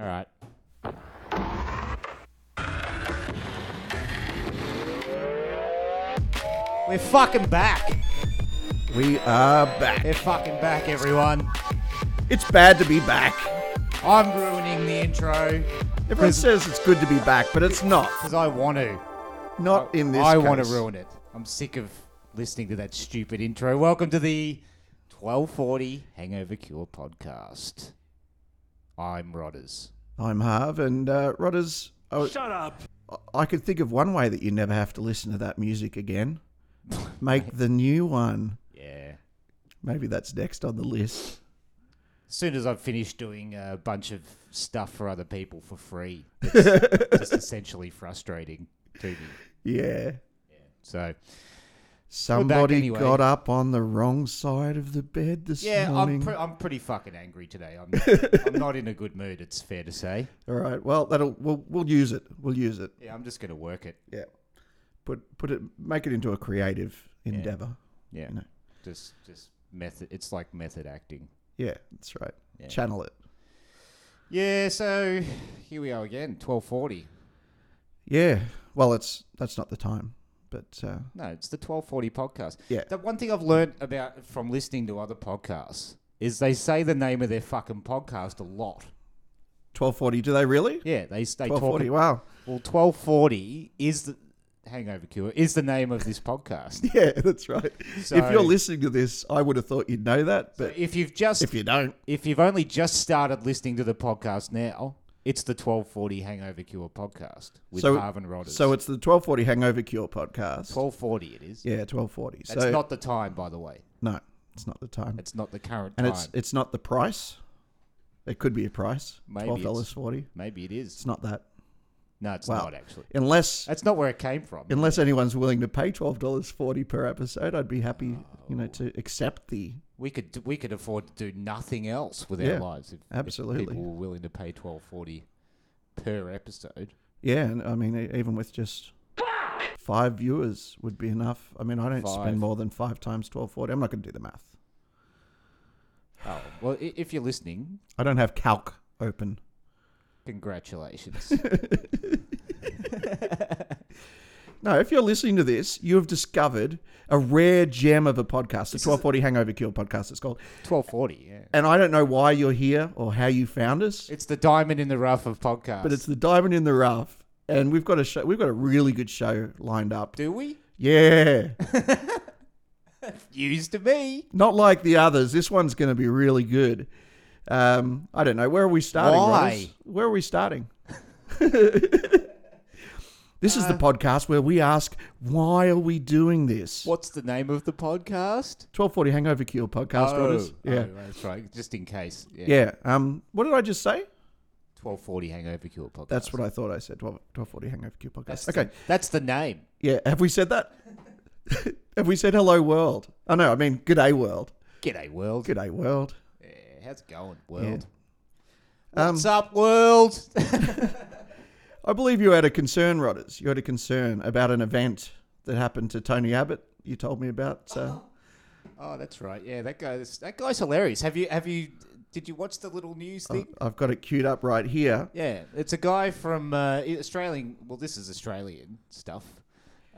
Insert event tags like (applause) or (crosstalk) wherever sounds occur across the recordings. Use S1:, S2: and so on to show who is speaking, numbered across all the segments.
S1: All right. We're fucking back.
S2: We are back.
S1: We're fucking back, everyone.
S2: It's bad to be back.
S1: I'm ruining the intro
S2: Everyone says it's good to be back, but it's not.
S1: because I want to.
S2: Not in this
S1: I
S2: case.
S1: want to ruin it. I'm sick of listening to that stupid intro. Welcome to the 1240 Hangover Cure podcast. I'm Rodders.
S2: I'm Harv, and uh, Rodders. Shut up. I could think of one way that you never have to listen to that music again. Make the new one.
S1: Yeah.
S2: Maybe that's next on the list.
S1: As soon as I've finished doing a bunch of stuff for other people for
S2: (laughs)
S1: free, it's just essentially frustrating to me.
S2: Yeah.
S1: So,
S2: Somebody
S1: anyway.
S2: got up on the wrong side of the bed this
S1: yeah, I'm,
S2: morning.
S1: pre- I'm pretty fucking angry today. I'm, I'm not in a good mood, it's fair to say.
S2: All right. Well, that'll we'll, we'll use it. We'll use it.
S1: Yeah, I'm just going to work it.
S2: Yeah. Put put it. Make it into a creative endeavor.
S1: Yeah.
S2: No.
S1: Just, just method. It's like method acting.
S2: Yeah, that's right.
S1: Yeah.
S2: Channel it.
S1: Yeah, so here we are again, 1240.
S2: Yeah. Well, it's that's not the time, but uh,
S1: No, it's the 1240 podcast.
S2: Yeah.
S1: The one thing I've learned about from listening to other podcasts is they say the name of their fucking podcast a lot.
S2: twelve forty. Do they really?
S1: Yeah, they they
S2: Twelve
S1: talk.
S2: forty. Wow.
S1: Well, 1240 is the Hangover Cure is the name of this podcast.
S2: (laughs) (laughs) Yeah, that's right.
S1: So-
S2: if you're listening to this, I would have thought you'd know that, but
S1: if you've just
S2: if you don't,
S1: if you've only just started listening to the podcast now, it's the 1240 Hangover Cure podcast with
S2: So-
S1: Harvin Rodders.
S2: so it's the twelve forty Hangover Cure podcast.
S1: 1240 it is.
S2: Yeah, twelve forty.
S1: That's
S2: So
S1: not the time, by the way.
S2: no, it's not the time,
S1: It's not the current
S2: and
S1: time.
S2: it's it's not the price. It could be a price.
S1: Maybe
S2: Twelve
S1: it's-
S2: dollars forty.
S1: Maybe it
S2: It's
S1: is.
S2: not that,
S1: No, it's
S2: Wow.
S1: not actually.
S2: unless
S1: That's not where it came from.
S2: unless anyone's willing to pay twelve dollars forty per episode. I'd be happy, you know, to accept the
S1: We could do, we could afford to do nothing else with
S2: Yeah,
S1: our lives if, if
S2: absolutely.
S1: people were willing to pay 1240 per episode.
S2: Yeah, and I mean, e- even with just five viewers would be enough. I mean, I don't
S1: Five.
S2: spend more than five times twelve forty. I'm not going to do the math.
S1: Oh, well, i- if you're listening,
S2: I don't have calc open.
S1: Congratulations. (laughs)
S2: No, if you're listening to this, you have discovered a rare gem of a podcast, the twelve forty Hangover Cure podcast. It's called,
S1: 1240, yeah.
S2: and I don't know why you're here or how you found us,
S1: It's the diamond in the rough of podcasts.
S2: but it's the diamond in the rough, and we've got a show. We've got a really good show lined up.
S1: Do we?
S2: Yeah,
S1: Used to be.
S2: not like the others. This one's going to be really good. Um, I don't know. Where are we starting?
S1: Why?
S2: Rodders? Where are
S1: (laughs)
S2: we starting? this
S1: Uh,
S2: is the podcast where we ask, why are we doing this?
S1: What's the name of the podcast?
S2: 1240 Hangover Cure podcast, Rodders.
S1: Oh,
S2: Yeah.
S1: that's right. Just in case. Yeah.
S2: Yeah. Um, what did I just say?
S1: 1240 Hangover Cure podcast.
S2: That's what I thought I said. 12, 1240 Hangover Cure podcast.
S1: That's
S2: okay.
S1: The, that's the name.
S2: Yeah. Have we said that? (laughs) Have we said hello world? Oh, no. I mean, good day world.
S1: G'day, world.
S2: Good day world.
S1: Yeah, how's it going, world?
S2: Um,
S1: What's up, world? (laughs)
S2: I believe you had a concern, Rodders. You had a concern about an event that happened to Tony Abbott. You told me about. Uh,
S1: oh, that's right. Yeah, that guy's that guy's hilarious. Have you have you did you watch the little news thing?
S2: I've got it queued up right here.
S1: Yeah, it's a guy from uh, Australian. Well, this is Australian stuff.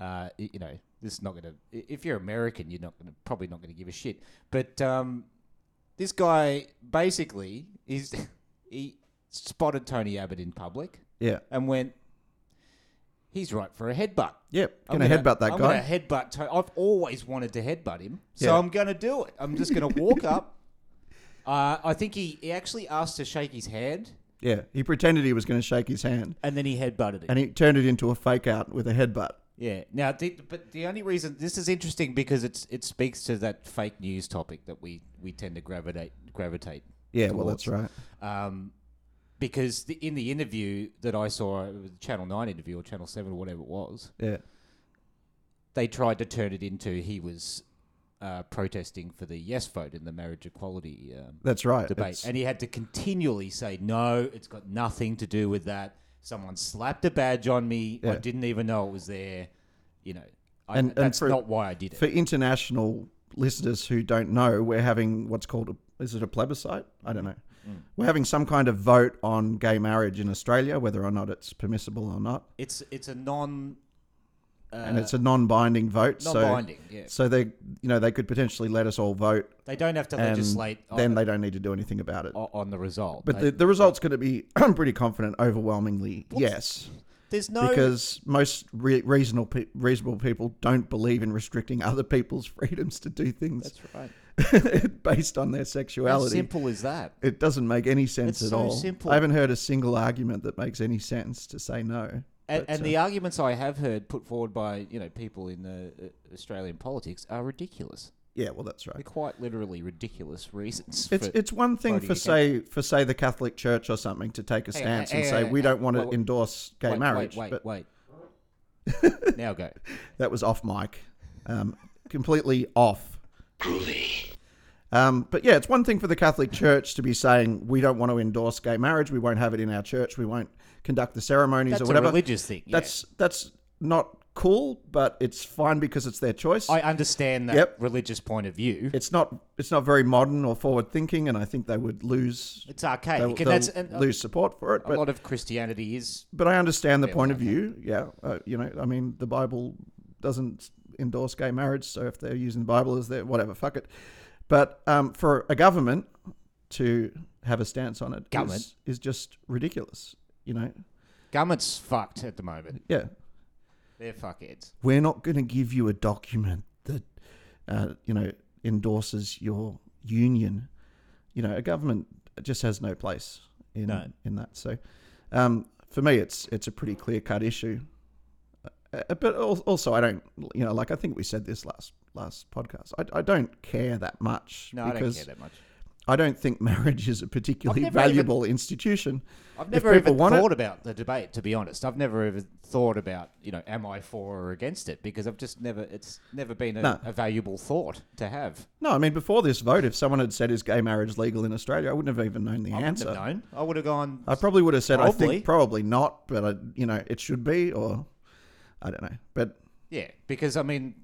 S1: Uh, y- you know, this is not going to. If you're American, you're not going to probably not going to give a shit. But um, this guy basically is (laughs) he spotted Tony Abbott in public
S2: Yeah.
S1: and went, he's right for a headbutt.
S2: Yep.
S1: I'm
S2: Gonna, headbutt that
S1: I'm
S2: guy.
S1: gonna headbutt. To- I've always wanted to headbutt him, so
S2: Yeah.
S1: I'm gonna do it. I'm just gonna walk
S2: (laughs)
S1: up. Uh, I think he, he actually asked to shake his hand,
S2: Yeah. He pretended he was gonna shake his hand,
S1: and then he headbutted it.
S2: and he turned it into a fake out with a headbutt.
S1: yeah. Now, the, but the only reason this is interesting because it's it speaks to that fake news topic that we we tend to gravitate gravitate.
S2: Yeah. Well, that's
S1: towards.
S2: right.
S1: Um, because the, in the interview that I saw, it was a Channel Nine interview or Channel Seven or whatever it was,
S2: Yeah.
S1: they tried to turn it into he was uh, protesting for the yes vote in the marriage equality um,
S2: That's right.
S1: debate,
S2: It's-
S1: and he had to continually say no, it's got nothing to do with that. Someone slapped a badge on me. I
S2: Yeah.
S1: didn't even know it was there. You know, I,
S2: And- and
S1: that's
S2: for-
S1: not why I did it.
S2: for international listeners who don't know, we're having what's called a, is it a plebiscite? I don't know.
S1: Mm.
S2: We're having some kind of vote on gay marriage in Australia, whether or not it's permissible or not,
S1: It's it's a non
S2: and it's a non-binding vote.
S1: non
S2: so-
S1: binding. yeah,
S2: So they, you know, they could potentially let us all vote,
S1: they don't have to
S2: and
S1: legislate on, Oh,
S2: then they don't need to do anything about it.
S1: o- on the result.
S2: But
S1: They-
S2: the, the result's going to be, (clears throat) I'm pretty confident, overwhelmingly yes,
S1: there's no
S2: because most re- reasonable pe- reasonable people don't believe in restricting other people's (laughs) freedoms to do things
S1: That's right.
S2: (laughs) based on their
S1: How
S2: sexuality.
S1: simple is that?
S2: It doesn't make any sense
S1: It's
S2: at
S1: so
S2: all.
S1: simple.
S2: I haven't heard a single argument that makes any sense to say no.
S1: And,
S2: But, uh,
S1: and the arguments I have heard put forward by you know people in uh, uh, Australian politics are ridiculous.
S2: Yeah, well, that's right.
S1: They're quite literally ridiculous reasons.
S2: It's
S1: for,
S2: it's one thing
S1: voting
S2: for say for say the Catholic Church or something to take a
S1: Hang on,
S2: stance
S1: hang
S2: and
S1: on,
S2: say
S1: hang
S2: we
S1: on,
S2: don't want
S1: wait,
S2: to
S1: wait.
S2: endorse gay
S1: wait,
S2: marriage.
S1: Wait,
S2: but (laughs)
S1: wait, wait. now go.
S2: that was off mic, um, completely off. Um, but yeah, it's one thing for the Catholic Church to be saying we don't want to endorse gay marriage. We won't have it in our church. We won't conduct the ceremonies
S1: That's
S2: or
S1: a
S2: whatever.
S1: religious thing. yeah.
S2: That's that's not cool, but it's fine because it's their choice.
S1: I understand that
S2: Yep.
S1: religious point of view.
S2: it's not it's not very modern or forward thinking, and I think they would lose
S1: It's archaic.
S2: they'll,
S1: and
S2: they'll
S1: that's and, uh,
S2: lose support for it.
S1: a
S2: But
S1: lot of Christianity is
S2: but I understand the
S1: Yeah,
S2: point
S1: well,
S2: of view. Yeah, uh, you know, I mean, the Bible doesn't endorse gay marriage, so if they're using the Bible as their whatever, fuck it. But um, for a government to have a stance on it is-
S1: Government?
S2: is just ridiculous. You know,
S1: government's fucked at the moment.
S2: yeah,
S1: They're fuckheads.
S2: we're not going to give you a document that uh, you know endorses your union. You know, a government just has no place in
S1: No.
S2: in that. So, um, for me, it's it's a pretty clear cut issue. Uh, but al- also, I don't you know like I think we said this last last podcast. I, I don't care that much
S1: No, I don't
S2: because
S1: care that much.
S2: I don't think (laughs) marriage is a particularly
S1: never even-
S2: valuable institution.
S1: I've
S2: If
S1: never
S2: people
S1: even
S2: want it-
S1: thought about the debate, to be honest. I've never even thought about, you know, am I for or against it? Because I've just never, it's never been a,
S2: No.
S1: a valuable thought to have.
S2: No, I mean before this vote, if someone had said is gay marriage legal in Australia, I wouldn't have even known the
S1: I wouldn't
S2: answer.
S1: have known. I would have gone,
S2: I probably would have said I
S1: Probably.
S2: think probably not, but I, you know it should be or I don't know. But
S1: yeah, because I mean,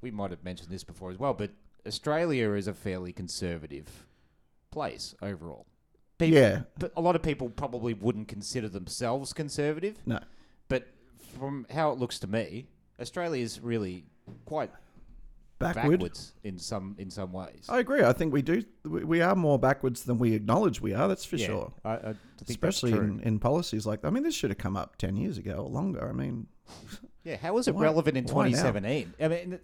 S1: we might have mentioned this before as well, but Australia is a fairly conservative place overall. People,
S2: yeah,
S1: But a lot of people probably wouldn't consider themselves conservative.
S2: no,
S1: But from how it looks to me, Australia is really quite
S2: backward. Oh,
S1: backwards in some in some ways.
S2: I agree. I think we do. We we are more backwards than we acknowledge we are. That's for sure.
S1: I, I think
S2: Especially
S1: that's true.
S2: in, in policies like I mean, this should have come up ten years ago or longer. I mean,
S1: yeah, how is it
S2: Why-
S1: relevant in
S2: why now?
S1: 2017? I mean, and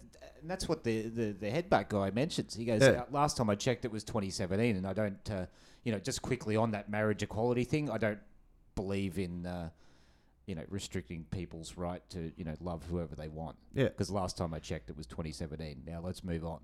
S1: that's what the, the the headback guy mentions. He goes,
S2: Yeah.
S1: "Uh, last time I checked, it was 2017, and I don't, uh, you know, just quickly on that marriage equality thing, I don't believe in. Uh, you know, restricting people's right to you know love whoever they want.
S2: Yeah.
S1: Because last time I checked, it was 2017. Now let's move on.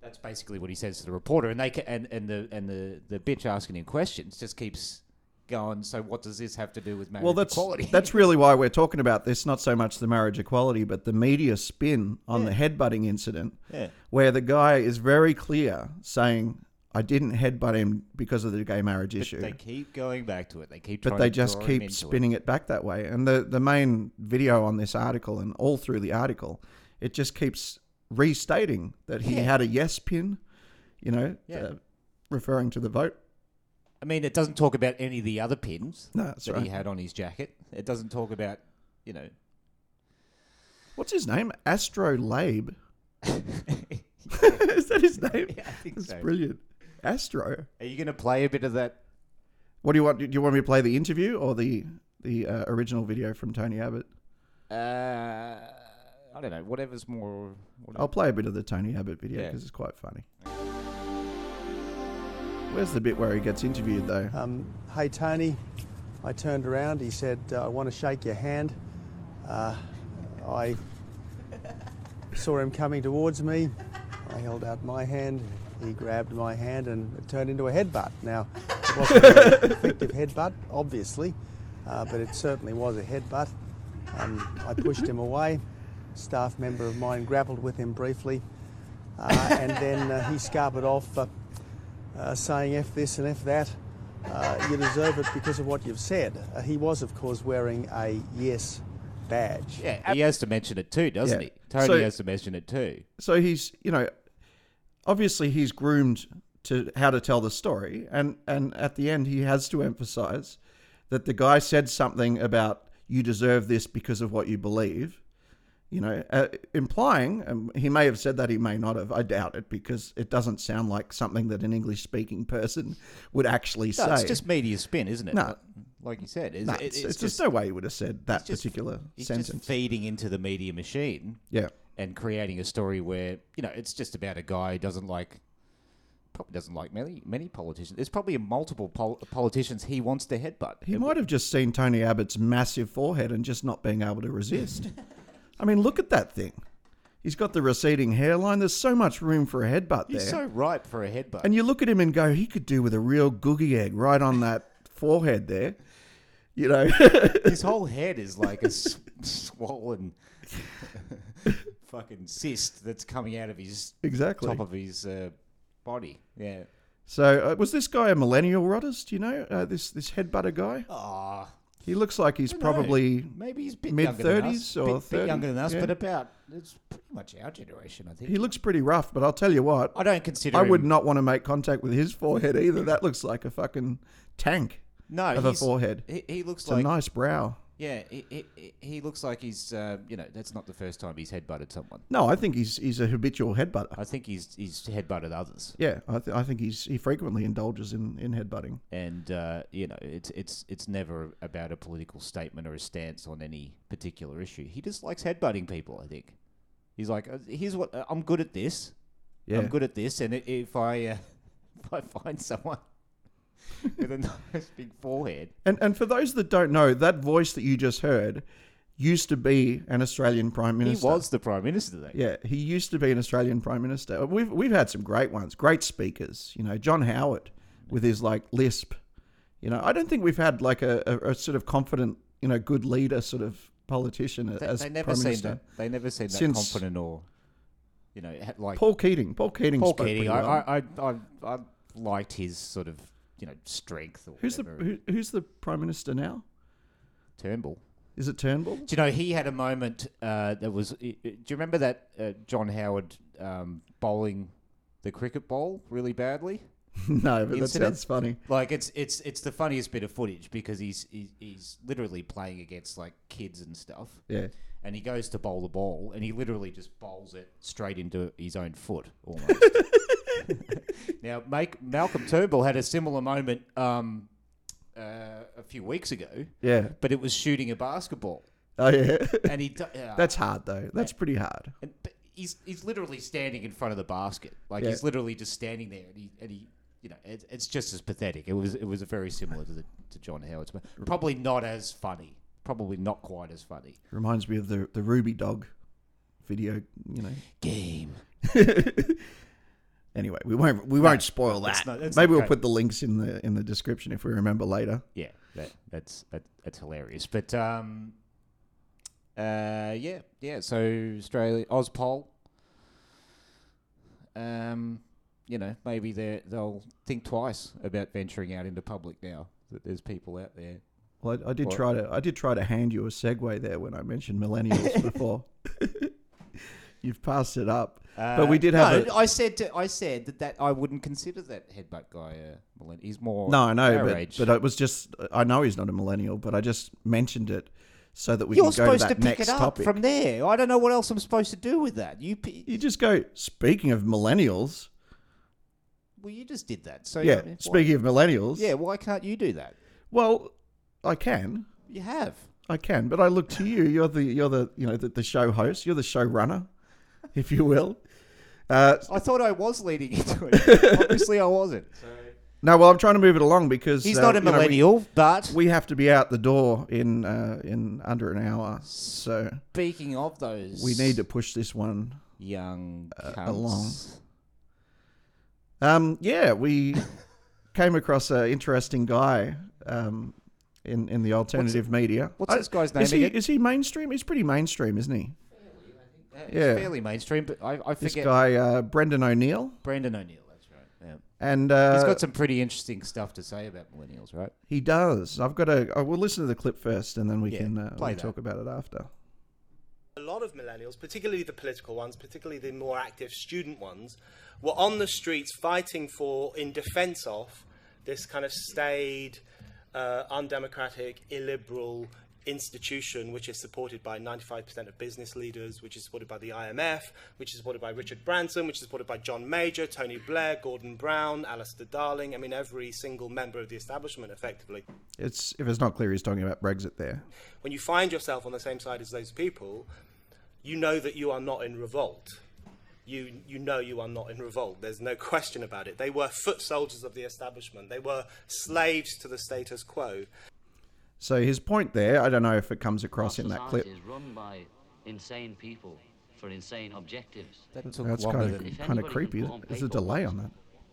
S1: That's basically what he says to the reporter, and they ca- and and the and the the bitch asking him questions just keeps going. So what does this have to do with marriage
S2: well, that's
S1: equality?
S2: that's really why we're talking about this. Not so much the marriage equality, but the media spin on the headbutting incident.
S1: yeah.
S2: where the guy is very clear saying, I didn't headbutt him because of the gay marriage issue.
S1: They keep going back to it. They keep.
S2: but
S1: trying
S2: they
S1: to
S2: just
S1: draw him
S2: keep
S1: into it.
S2: spinning it. back that way. And the, the main video on this article and all through the article, it just keeps restating that he
S1: Yeah.
S2: had a yes pin, you know,
S1: Yeah.
S2: uh, referring to the vote.
S1: I mean, it doesn't talk about any of the other pins
S2: No, that's
S1: that
S2: right.
S1: he had on his jacket. It doesn't talk about you know. (laughs)
S2: What's his name? Astro
S1: (laughs)
S2: Labe. (laughs) is that his name?
S1: Yeah, I think
S2: that's
S1: so.
S2: brilliant. Astro.
S1: Are you going to play a bit of that?
S2: What do you want? Do you want me to play the interview or the the uh, original video from Tony Abbott?
S1: Uh, I don't know. Whatever's more. Whatever.
S2: I'll play a bit of the Tony Abbott video
S1: Yeah.
S2: because it's quite funny. Where's the bit where he gets interviewed though?
S3: Um, hey Tony, I turned around. He said, uh, "I want to shake your hand." Uh, I saw him coming towards me. I held out my hand. He grabbed my hand, and it turned into a headbutt. Now, it wasn't a very effective headbutt, obviously, uh, but it certainly was a headbutt. Um, I pushed him away. Staff member of mine grappled with him briefly, uh, and then uh, he scarpered off. Uh, uh, saying F this and F that. Uh, you deserve it because of what you've said. Uh, he was, of course, wearing a yes badge.
S1: Yeah, he has to mention it too, doesn't
S2: Oh. Yeah.
S1: he? Tony
S2: So-
S1: has to mention it too.
S2: So he's, you know, obviously he's groomed to how to tell the story. And and at the end, he has to emphasize that the guy said something about you deserve this because of what you believe. You know, uh, implying um, he may have said that he may not have. I doubt it because it doesn't sound like something that an English-speaking person would actually
S1: No,
S2: say.
S1: it's just media spin, isn't it?
S2: No.
S1: Like you said, it's,
S2: No,
S1: it- it's
S2: it's, it's
S1: just,
S2: just no way he would have said that
S1: just-
S2: particular
S1: it's
S2: sentence.
S1: just feeding into the media machine
S2: yeah.
S1: and creating a story where, you know, it's just about a guy who doesn't like, probably doesn't like many, many politicians. There's probably multiple pol- politicians he wants to headbutt.
S2: He might have just seen Tony Abbott's massive forehead and just not being able
S1: (laughs)
S2: to resist. I mean, look at that thing. He's got the receding hairline. There's so much room for a headbutt there.
S1: He's so ripe for a headbutt.
S2: and you look at him and go, he could do with a real googie egg right on that (laughs) forehead there. You know, (laughs)
S1: His whole head is like a s- swollen (laughs) fucking cyst that's coming out of his
S2: exactly.
S1: top of his uh, body. Yeah.
S2: so, uh, was this guy a millennial rotters? Do you know uh, this this headbutter guy?
S1: Ah,
S2: He looks like he's
S1: I don't know.
S2: probably
S1: maybe he's a bit
S2: mid
S1: younger than us,
S2: 30s or
S1: bit, bit younger
S2: 30,
S1: than us,
S2: yeah.
S1: but about it's pretty much our generation, I think.
S2: he looks pretty rough. But I'll tell you what,
S1: I don't consider.
S2: I would
S1: him-
S2: not want to make contact with his forehead either. That looks like a fucking tank
S1: No,
S2: of a
S1: he's-
S2: forehead.
S1: He, he looks
S2: It's
S1: like
S2: a nice brow.
S1: yeah. He, he- he, he looks like he's uh, you know that's not the first time he's headbutted someone.
S2: No, I think he's he's a habitual headbutter.
S1: I think he's he's headbutted others.
S2: Yeah, I, th- I think he's he frequently indulges in in headbutting.
S1: and uh, you know it's it's it's never about a political statement or a stance on any particular issue. He just likes headbutting people. I think he's like, "Uh, here's what uh, I'm good at this.
S2: Yeah,
S1: I'm good at this, and i- if I uh, (laughs) if I find someone (laughs) with a (laughs) nice big forehead,
S2: and and for those that don't know, that voice that you just heard used to be an Australian prime minister.
S1: he was the prime minister. Though.
S2: Yeah, he used to be an Australian prime minister. We've we've had some great ones, great speakers. You know, John Howard with his like lisp. You know, I don't think we've had like a, a, a sort of confident, you know, good leader sort of politician
S1: They,
S2: as
S1: they never
S2: prime
S1: seemed
S2: minister.
S1: that, they never seemed that
S2: Since-
S1: confident or you know ha- like
S2: Paul Keating. Paul Keating.
S1: Paul
S2: spoke
S1: Keating.
S2: pretty
S1: I,
S2: well.
S1: I, I I I liked his sort of you know strength. Or
S2: who's the
S1: whatever.
S2: who, who's the prime minister now?
S1: Turnbull?
S2: Is it (laughs) Turnbull?
S1: Do you know he had a moment uh, that was? i- i- Do you remember that uh, John Howard um, bowling the cricket ball really badly?
S2: no, but that
S1: Incident?
S2: sounds funny.
S1: Like it's it's it's the funniest bit of footage because he's he's, he's literally playing against like kids and stuff,
S2: Yeah.
S1: and he goes to bowl the ball and he literally just bowls it straight into his own foot almost. now, make, Malcolm Turnbull had a similar moment um, uh, a few weeks ago,
S2: Yeah.
S1: but it was shooting a basketball,
S2: Oh yeah. (laughs)
S1: and he. d- uh,
S2: That's hard though. That's pretty hard.
S1: and but he's he's literally standing in front of the basket, like
S2: Yeah.
S1: he's literally just standing there, and he and he, you know, it, it's just as pathetic. It was it was very similar to the to John Howard's, but probably not as funny, probably not quite as funny.
S2: Reminds me of the the Ruby Dog video. You know.
S1: Game.
S2: Anyway, we won't we won't spoil that.
S1: that's not- that's
S2: Maybe
S1: not
S2: we'll
S1: great.
S2: put the links in the in the description if we remember later.
S1: Yeah, that, that's that, that's hilarious. But um, uh, yeah, yeah. So Australia, Auspol. Um, you know, maybe they they'll think twice about venturing out into public now that there's people out there
S2: Well, I, I did
S1: Or-
S2: try to I did try to hand you a segue there when I mentioned (laughs) millennials before. Uh, You've passed it up, but we did have
S1: no,
S2: a
S1: I said to, I said that, that I wouldn't consider that headbutt guy a millennial. He's more
S2: no, I know,
S1: our
S2: but
S1: age.
S2: but uh, it was just I know he's not a millennial, but I just mentioned it so that we
S1: you're
S2: can go to
S1: supposed to,
S2: that
S1: pick it
S2: next
S1: up
S2: topic.
S1: from there. I don't know what else I'm supposed to do with that. You p-
S2: You just go. Speaking of millennials,
S1: well, you just did that. So
S2: yeah.
S1: why-
S2: Speaking of millennials,
S1: Oh, yeah, why can't you do that?
S2: Well, I can.
S1: You have.
S2: I can, but I look to you. You're the you're the you know the, the show host. You're the show runner, (laughs) if you will. Uh,
S1: (laughs) I thought I was leading into (laughs) it. Obviously, I wasn't.
S2: no, well, I'm trying to move it along because
S1: He's
S2: uh,
S1: not a
S2: you know, we-
S1: millennial, but
S2: we, have to be out the door in uh, in under an hour, so
S1: speaking of those,
S2: we need to push this one
S1: young cunts.
S2: along. Um, yeah, we (laughs) came across an interesting guy um, in in the alternative media.
S1: what's this guy's
S2: Is
S1: name
S2: he
S1: again?
S2: is he mainstream? He's pretty mainstream, isn't he?
S1: It's
S2: Yeah.
S1: fairly mainstream, but I, I
S2: This
S1: forget
S2: guy uh, Brendan O'Neill,
S1: Brandon O'Neill. That's right. Yeah.
S2: and uh,
S1: He's got some pretty interesting stuff to say about millennials, right?
S2: he uh, does. I've got a. I will listen to the clip first, and then we
S1: Yeah,
S2: can uh,
S1: play
S2: we'll
S1: that.
S2: talk about it after.
S4: A lot lot of millennials, particularly the political ones, particularly the more active student ones, were on the streets fighting for, in defense of, this kind of staid, uh, undemocratic, illiberal institution which is supported by 95% of business leaders, which is supported by the IMF, which is supported by Richard Branson, which is supported by John Major, Tony Blair, Gordon Brown, Alistair Darling. I mean, every single member of the establishment, effectively.
S2: It's if it's not clear, he's talking about Brexit there.
S4: When you find yourself on the same side as those people, you know that you are not in revolt. You, you know you are not in revolt. There's no question about it. They were foot soldiers of the establishment. They were slaves to the status quo.
S2: So his point there, I don't know if it comes across in that clip.
S5: Society is run by insane people for insane objectives.
S1: That took
S2: That's
S1: longer
S2: kind
S1: than.
S2: of
S5: If
S2: kind of
S5: anybody
S2: creepy.
S5: can
S2: isn't
S5: put on
S2: it? There's a
S5: paper
S2: delay
S5: what's
S2: on that.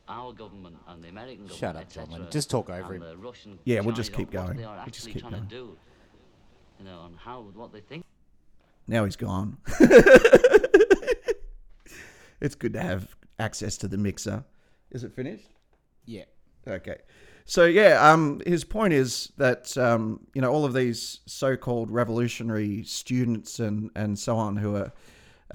S5: Our government and the American government.
S1: Shut up,
S5: etc.,
S1: Drummond. Just talk over
S5: and
S1: him.
S5: the Russian
S2: Yeah, we'll just
S5: Chinese,
S2: keep
S5: on what
S2: going.
S5: They are
S2: We'll just
S5: actually
S2: keep
S5: trying to do, you know, and how what they think
S2: Now he's gone. (laughs) it's good to have access to the mixer. Is it finished?
S1: Yeah.
S2: Okay. So yeah, um, his point is that um, you know all of these so-called revolutionary students and and so on who are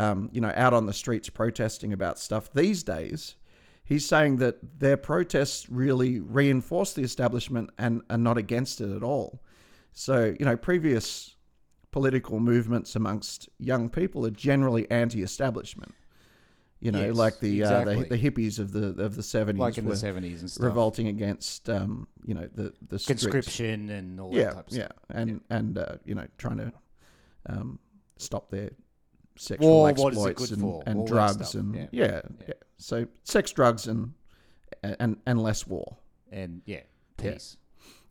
S2: um, you know out on the streets protesting about stuff these days, he's saying that their protests really reinforce the establishment and are not against it at all. So you know previous political movements amongst young people are generally anti-establishment. You know,
S1: Yes,
S2: like the, uh,
S1: exactly.
S2: the the hippies of the of the seventies,
S1: Like in the 70s and stuff.
S2: revolting against um, you know the the strict-
S1: Conscription and all that
S2: yeah
S1: type of
S2: yeah
S1: stuff.
S2: and and uh, you know trying to um, stop their sexual
S1: War, what
S2: exploits
S1: is it good
S2: and,
S1: for?
S2: and
S1: All that
S2: drugs
S1: stuff,
S2: and yeah.
S1: yeah.
S2: Yeah, so sex drugs and and and less war
S1: And yeah, peace.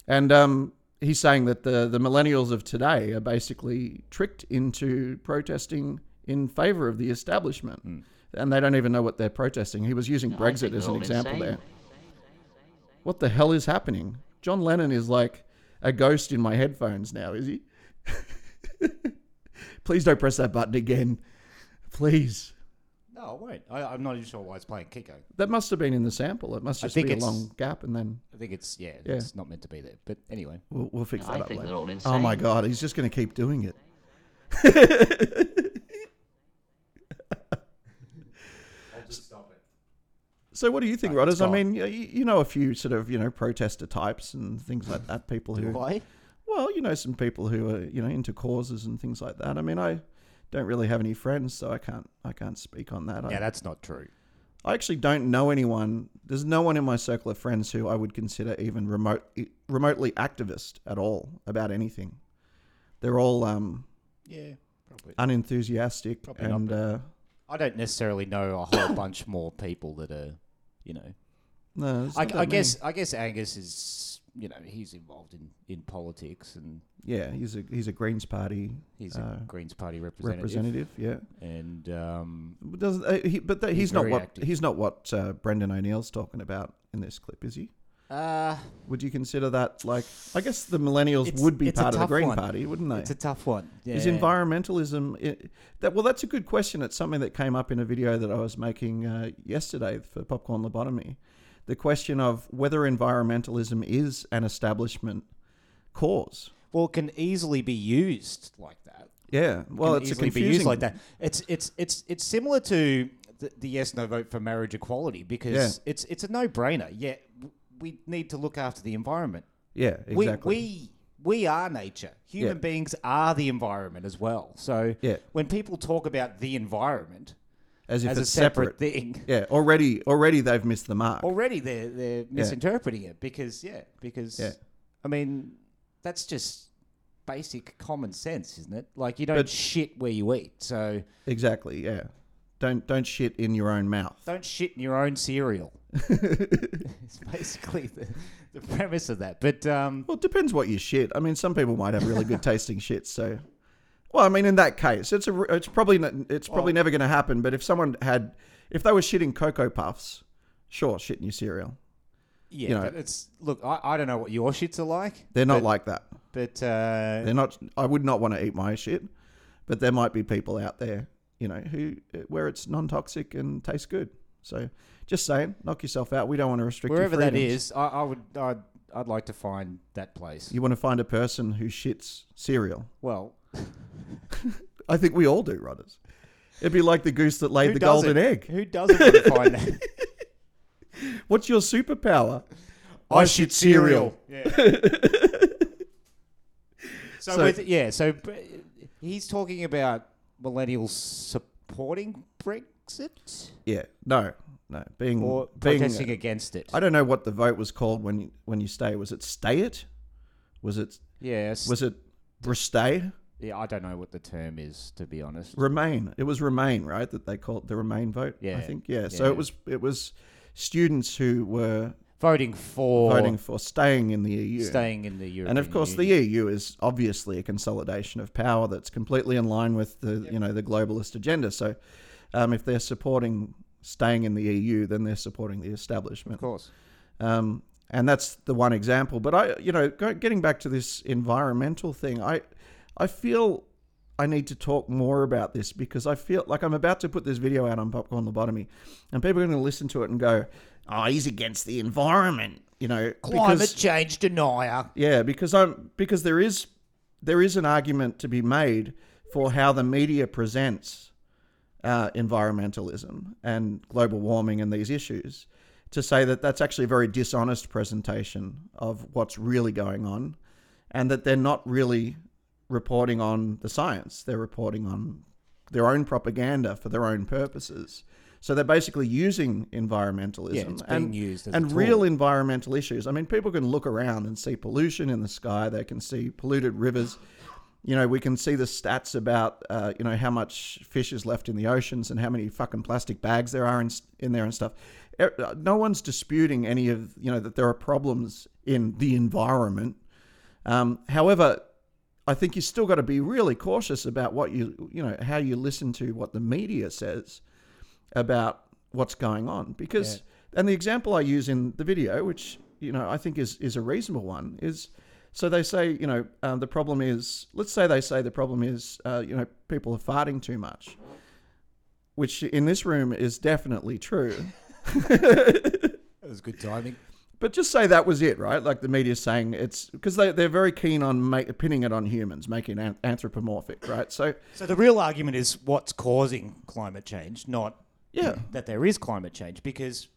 S2: and um, he's saying that the the millennials of today are basically tricked into protesting in favor of the establishment
S1: Hmm.
S2: and they don't even know what they're protesting he was using
S5: I think
S2: Brexit
S5: they're
S2: as an
S5: all
S2: example
S5: insane.
S2: there. what the hell is happening? John Lennon is like a ghost in my headphones now, is he? (laughs) Please don't press that button again. Please.
S1: No, I won't. I, I'm not even sure why it's playing Kiko.
S2: That must have been in the sample. It must just
S1: think
S2: be a
S1: it's-
S2: long gap, and then
S1: I think it's, yeah,
S2: Yeah.
S1: it's not meant to be there. But anyway.
S2: we'll, we'll fix
S5: I
S2: that up
S5: think
S2: later.
S5: they're all
S2: Oh my
S5: insane.
S2: god, he's just going to keep doing it.
S1: I'll just stop it.
S2: So, what do you think, Rodders? I
S1: gone.
S2: mean, you, you know a few sort of you know protester types and things like that. People who
S1: Why?
S2: Well, you know, some people who are you know into causes and things like that. I mean, I don't really have any friends, so I can't I can't speak on that. I,
S1: Yeah, that's not true.
S2: I actually don't know anyone. There's no one in my circle of friends who I would consider even remote remotely activist at all about anything. They're all um,
S1: Yeah, probably.
S2: unenthusiastic
S1: Probably not,
S2: and uh,
S1: I don't necessarily know a whole (coughs) bunch more people that are, you know,
S2: no. there's
S1: I,
S2: not that
S1: I
S2: many.
S1: guess I guess Angus is you know he's involved in, in politics and
S2: yeah, he's a he's a Greens Party
S1: he's
S2: Uh,
S1: a Greens Party representative,
S2: representative. Yeah,
S1: and um,
S2: but doesn't uh, he? But that, he's,
S1: He's
S2: not
S1: very
S2: what
S1: active.
S2: he's not what uh, Brendan O'Neill's talking about in this clip, is he?
S1: uh,
S2: Would you consider that like? I guess the millennials
S1: It's-
S2: would be
S1: it's a
S2: part of the
S1: tough
S2: Green
S1: one.
S2: Party, wouldn't they?
S1: it's a tough one. Yeah.
S2: Is environmentalism i- that? Well, that's a good question. It's something that came up in a video that I was making uh, yesterday for Popcorn Lobotomy. The question of whether environmentalism is an establishment cause.
S1: well, it can easily be used like that.
S2: Yeah. Well,
S1: can
S2: it's a
S1: easily
S2: confusing.
S1: be used like that. It's it's it's it's similar to the, the yes no vote for marriage equality because
S2: Yeah.
S1: it's it's a no brainer. Yet w- we need to look after the environment.
S2: Yeah.
S1: We,
S2: Exactly.
S1: we, we are nature. Human
S2: Yeah.
S1: beings are the environment as well. So
S2: Yeah.
S1: when people talk about the environment
S2: as if
S1: as a
S2: it's
S1: separate,
S2: separate.
S1: thing,
S2: Yeah. Already, already they've missed the
S1: (laughs)
S2: mark.
S1: already they're they're misinterpreting it because yeah, because
S2: Yeah.
S1: I mean that's just basic common sense, isn't it? Like you don't
S2: But-
S1: shit where you eat, so
S2: Exactly. Yeah. Don't don't shit in your own mouth.
S1: don't shit in your own
S2: (laughs)
S1: cereal. it's basically the, the premise of that. But um,
S2: Well, it depends what you shit. I mean, some people might have really good tasting shit. So, well, I mean, in that case, it's a, it's probably n- it's probably never going to happen. But if someone had, if they were shitting cocoa puffs, sure, shit in your cereal.
S1: yeah,
S2: you know-
S1: but it's look, I, I don't know what your shits are like,
S2: They're not like that.
S1: but uh,
S2: They're not. I would not want to eat my shit, but there might be people out there, you know, who uh, where it's non toxic and tastes good. So, just saying, knock yourself out. We don't want to restrict your
S1: wherever that
S2: freedoms.
S1: is, I, I would I'd, I'd like to find that place.
S2: You want to find a person who shits cereal.
S1: well,
S2: I think we all do, Rodders. It'd be like the goose that laid
S1: Who
S2: the
S1: doesn't?
S2: golden egg.
S1: Who doesn't
S2: (laughs)
S1: want to find that?
S2: What's your superpower?
S1: I shoot cereal.
S2: (laughs)
S1: Yeah. so,
S2: So-
S1: with, yeah, so b- he's talking about millennials supporting Brexit
S2: Yeah, no, no. Being
S1: or
S2: being, uh,
S1: protesting against it.
S2: I don't know what the vote was called when you, when you stay. Was it stay it? Was it
S1: yes.
S2: was it stay?
S1: yeah, I don't know what the term is to be honest.
S2: Remain. It was Remain, right? That they called the Remain vote. I
S1: Yeah.
S2: think. Yeah. So it was it was students who were
S1: Voting for
S2: voting for staying in the E EU.
S1: staying in the European
S2: And of course, the
S1: Union.
S2: EU is obviously a consolidation of power that's completely in line with the you know the globalist agenda. So, um, if they're supporting staying in the EU, then they're supporting the establishment.
S1: of course.
S2: Um, and that's the one example. But I, you know, go- getting back to this environmental thing, I, I feel I need to talk more about this because I feel like I'm about to put this video out on Popcorn Lobotomy, and people are going to listen to it and go, "Oh, he's against the environment," you know,
S1: Climate
S2: because-
S1: change denier.
S2: yeah, because I'm because there is there is an argument to be made for how the media presents uh, environmentalism and global warming and these issues to say that that's actually a very dishonest presentation of what's really going on and that they're not really reporting on the science they're reporting on their own propaganda for their own purposes so they're basically using environmentalism
S1: Yeah, it's
S2: and,
S1: being used as a
S2: and
S1: tool.
S2: real environmental issues i mean people can look around and see pollution in the sky they can see polluted rivers you know, we can see the stats about uh, you know how much fish is left in the oceans and how many fucking plastic bags there are in, in there and stuff. Er- No one's disputing any of you know that there are problems in the environment. Um, however, I think you still got to be really cautious about what you you know how you listen to what the media says about what's going on because and the example I use in the video, which you know I think is is a reasonable one, is so they say you know um, the problem is let's say they say the problem is uh, you know people are farting too much, which in this room is definitely true.
S1: That was good timing.
S2: But just say that was it, right? Like the media's saying it's because they, they're very keen on make, pinning it on humans, making it an- anthropomorphic, right? So,
S1: So the real argument is what's causing climate change, not
S2: Yeah.
S1: that there is climate change. Because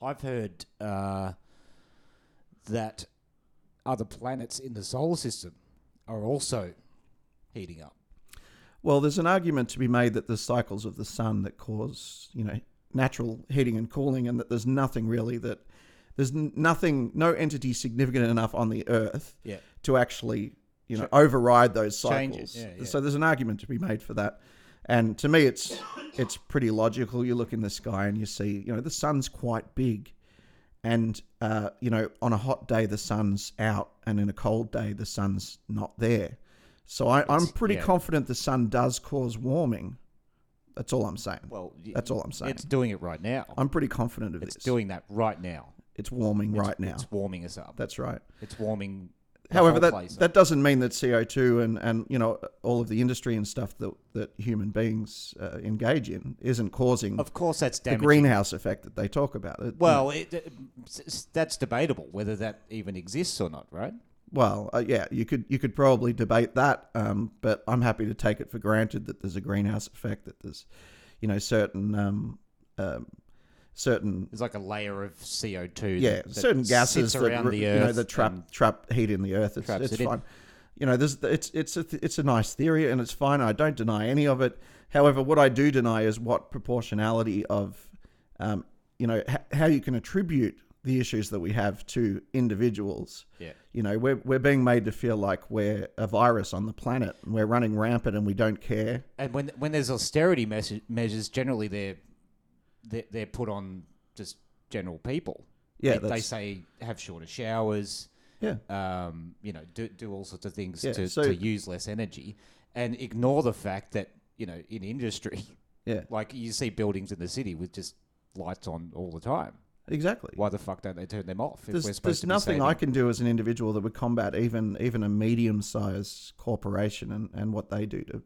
S1: I've heard uh, that other planets in the solar system are also heating up.
S2: well, there's an argument to be made that there's cycles of the sun that cause, you know, natural heating and cooling, and that there's nothing really that there's n- nothing, no entity significant enough on the earth
S1: Yeah.
S2: to actually, you know, override those cycles.
S1: Changes, yeah, yeah.
S2: So there's an argument to be made for that. And to me, it's it's pretty logical. You look in the sky and you see, you know, the sun's quite big, and uh, you know, on a hot day the sun's out, and in a cold day the sun's not there. So I, I'm pretty
S1: yeah.
S2: confident the sun does cause warming. That's all I'm saying.
S1: Well, y-
S2: that's all I'm saying.
S1: It's doing it right now.
S2: I'm pretty confident of
S1: it's
S2: this.
S1: doing that right now.
S2: it's warming right now.
S1: It's warming us up.
S2: That's right.
S1: it's warming. the
S2: However,
S1: whole
S2: that
S1: place eh? up.
S2: that doesn't mean that CO two and, and you know all of the industry and stuff that that human beings uh, engage in isn't causing
S1: of course that's
S2: the
S1: damaging.
S2: greenhouse effect that they talk about. It-
S1: well, it, it- s- s- that's debatable whether that even exists or not, right?
S2: well, uh, yeah, you could you could probably debate that, um, but I'm happy to take it for granted that there's a greenhouse effect that there's you know certain um, um, certain
S1: There's like a layer of CO two.
S2: yeah, certain gases
S1: sits around
S2: that
S1: the
S2: you
S1: earth.
S2: know that trap
S1: and-
S2: trap heat in the earth. It's,
S1: traps
S2: it's
S1: it in.
S2: fine. You know, there's it's it's a th- it's a nice theory and it's fine. I don't deny any of it. However, what I do deny is what proportionality of, um, you know, h- how you can attribute the issues that we have to individuals.
S1: Yeah.
S2: You know, we're we're being made to feel like we're a virus on the planet and we're running rampant and we don't care.
S1: And when when there's austerity measure, measures, generally they're, they're they're put on just general people.
S2: Yeah,
S1: they, they
S2: that's-
S1: say have shorter showers.
S2: Yeah.
S1: Um, you know, do do all sorts of things
S2: Yeah,
S1: to,
S2: so-
S1: to use less energy, and ignore the fact that you know in industry, (laughs)
S2: Yeah.
S1: like you see buildings in the city with just lights on all the time.
S2: Exactly.
S1: Why the fuck don't they turn them off? If we're
S2: there's,
S1: supposed
S2: there's
S1: to be
S2: nothing
S1: saving-
S2: I can do as an individual that would combat even even a medium sized corporation and, and what they do to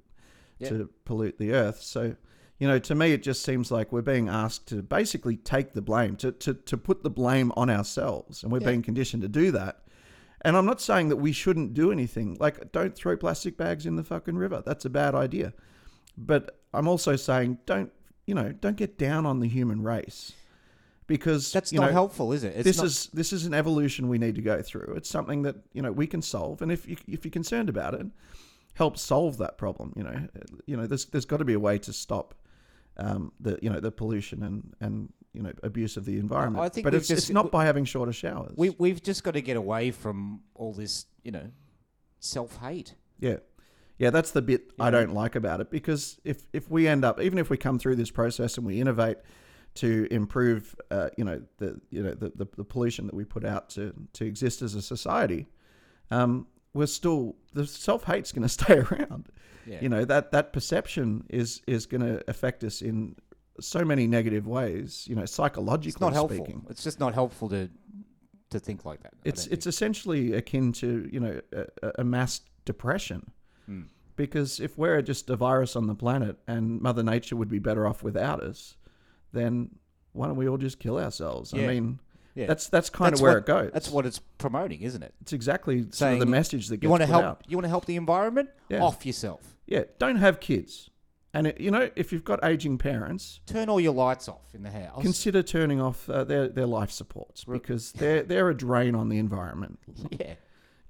S2: to pollute the earth. So, you know, to me it just seems like we're being asked to basically take the blame, to to, to put the blame on ourselves. And we're being conditioned to do that. And I'm not saying that we shouldn't do anything. Like, don't throw plastic bags in the fucking river. That's a bad idea. But I'm also saying don't, you know, don't get down on the human race because
S1: That's
S2: you
S1: not
S2: know,
S1: helpful, is it? It's
S2: this
S1: not-
S2: is this is an evolution we need to go through. It's something that you know we can solve, and if you, if you're concerned about it, help solve that problem. You know, you know, there's there's got to be a way to stop um, the you know the pollution and and you know abuse of the environment.
S1: I think
S2: but
S1: we've
S2: it's, it's
S1: just-
S2: not by having shorter showers.
S1: we we've just got to get away from all this, you know, self hate.
S2: Yeah. Yeah, that's the bit I don't like about it because if, if we end up, even if we come through this process and we innovate to improve, uh, you know, the you know the, the, the pollution that we put out to, to exist as a society, um, we're still the self hate's going to (laughs) stay around.
S1: Yeah.
S2: You know that that perception is is going to affect us in so many negative ways. You know, psychologically
S1: It's not helpful.
S2: speaking
S1: It's just not helpful to to think like that. I
S2: it's
S1: don't
S2: it's essentially akin to you know a, a- a mass depression
S1: Hmm.
S2: because if we're just a virus on the planet and mother nature would be better off without us then why don't we all just kill ourselves
S1: Yeah.
S2: i mean
S1: Yeah.
S2: that's that's kind
S1: That's
S2: of where
S1: what-
S2: it goes
S1: That's what it's promoting, isn't it?
S2: it's exactly sort
S1: Saying
S2: of the message that gets
S1: you want to
S2: put
S1: help.
S2: out
S1: You want to help the environment.
S2: Yeah.
S1: Off yourself.
S2: yeah don't have kids and it, you know if you've got aging parents
S1: Turn all your lights off in the house.
S2: consider turning off uh, their their life supports because they're they're a drain on the environment
S1: (laughs) yeah,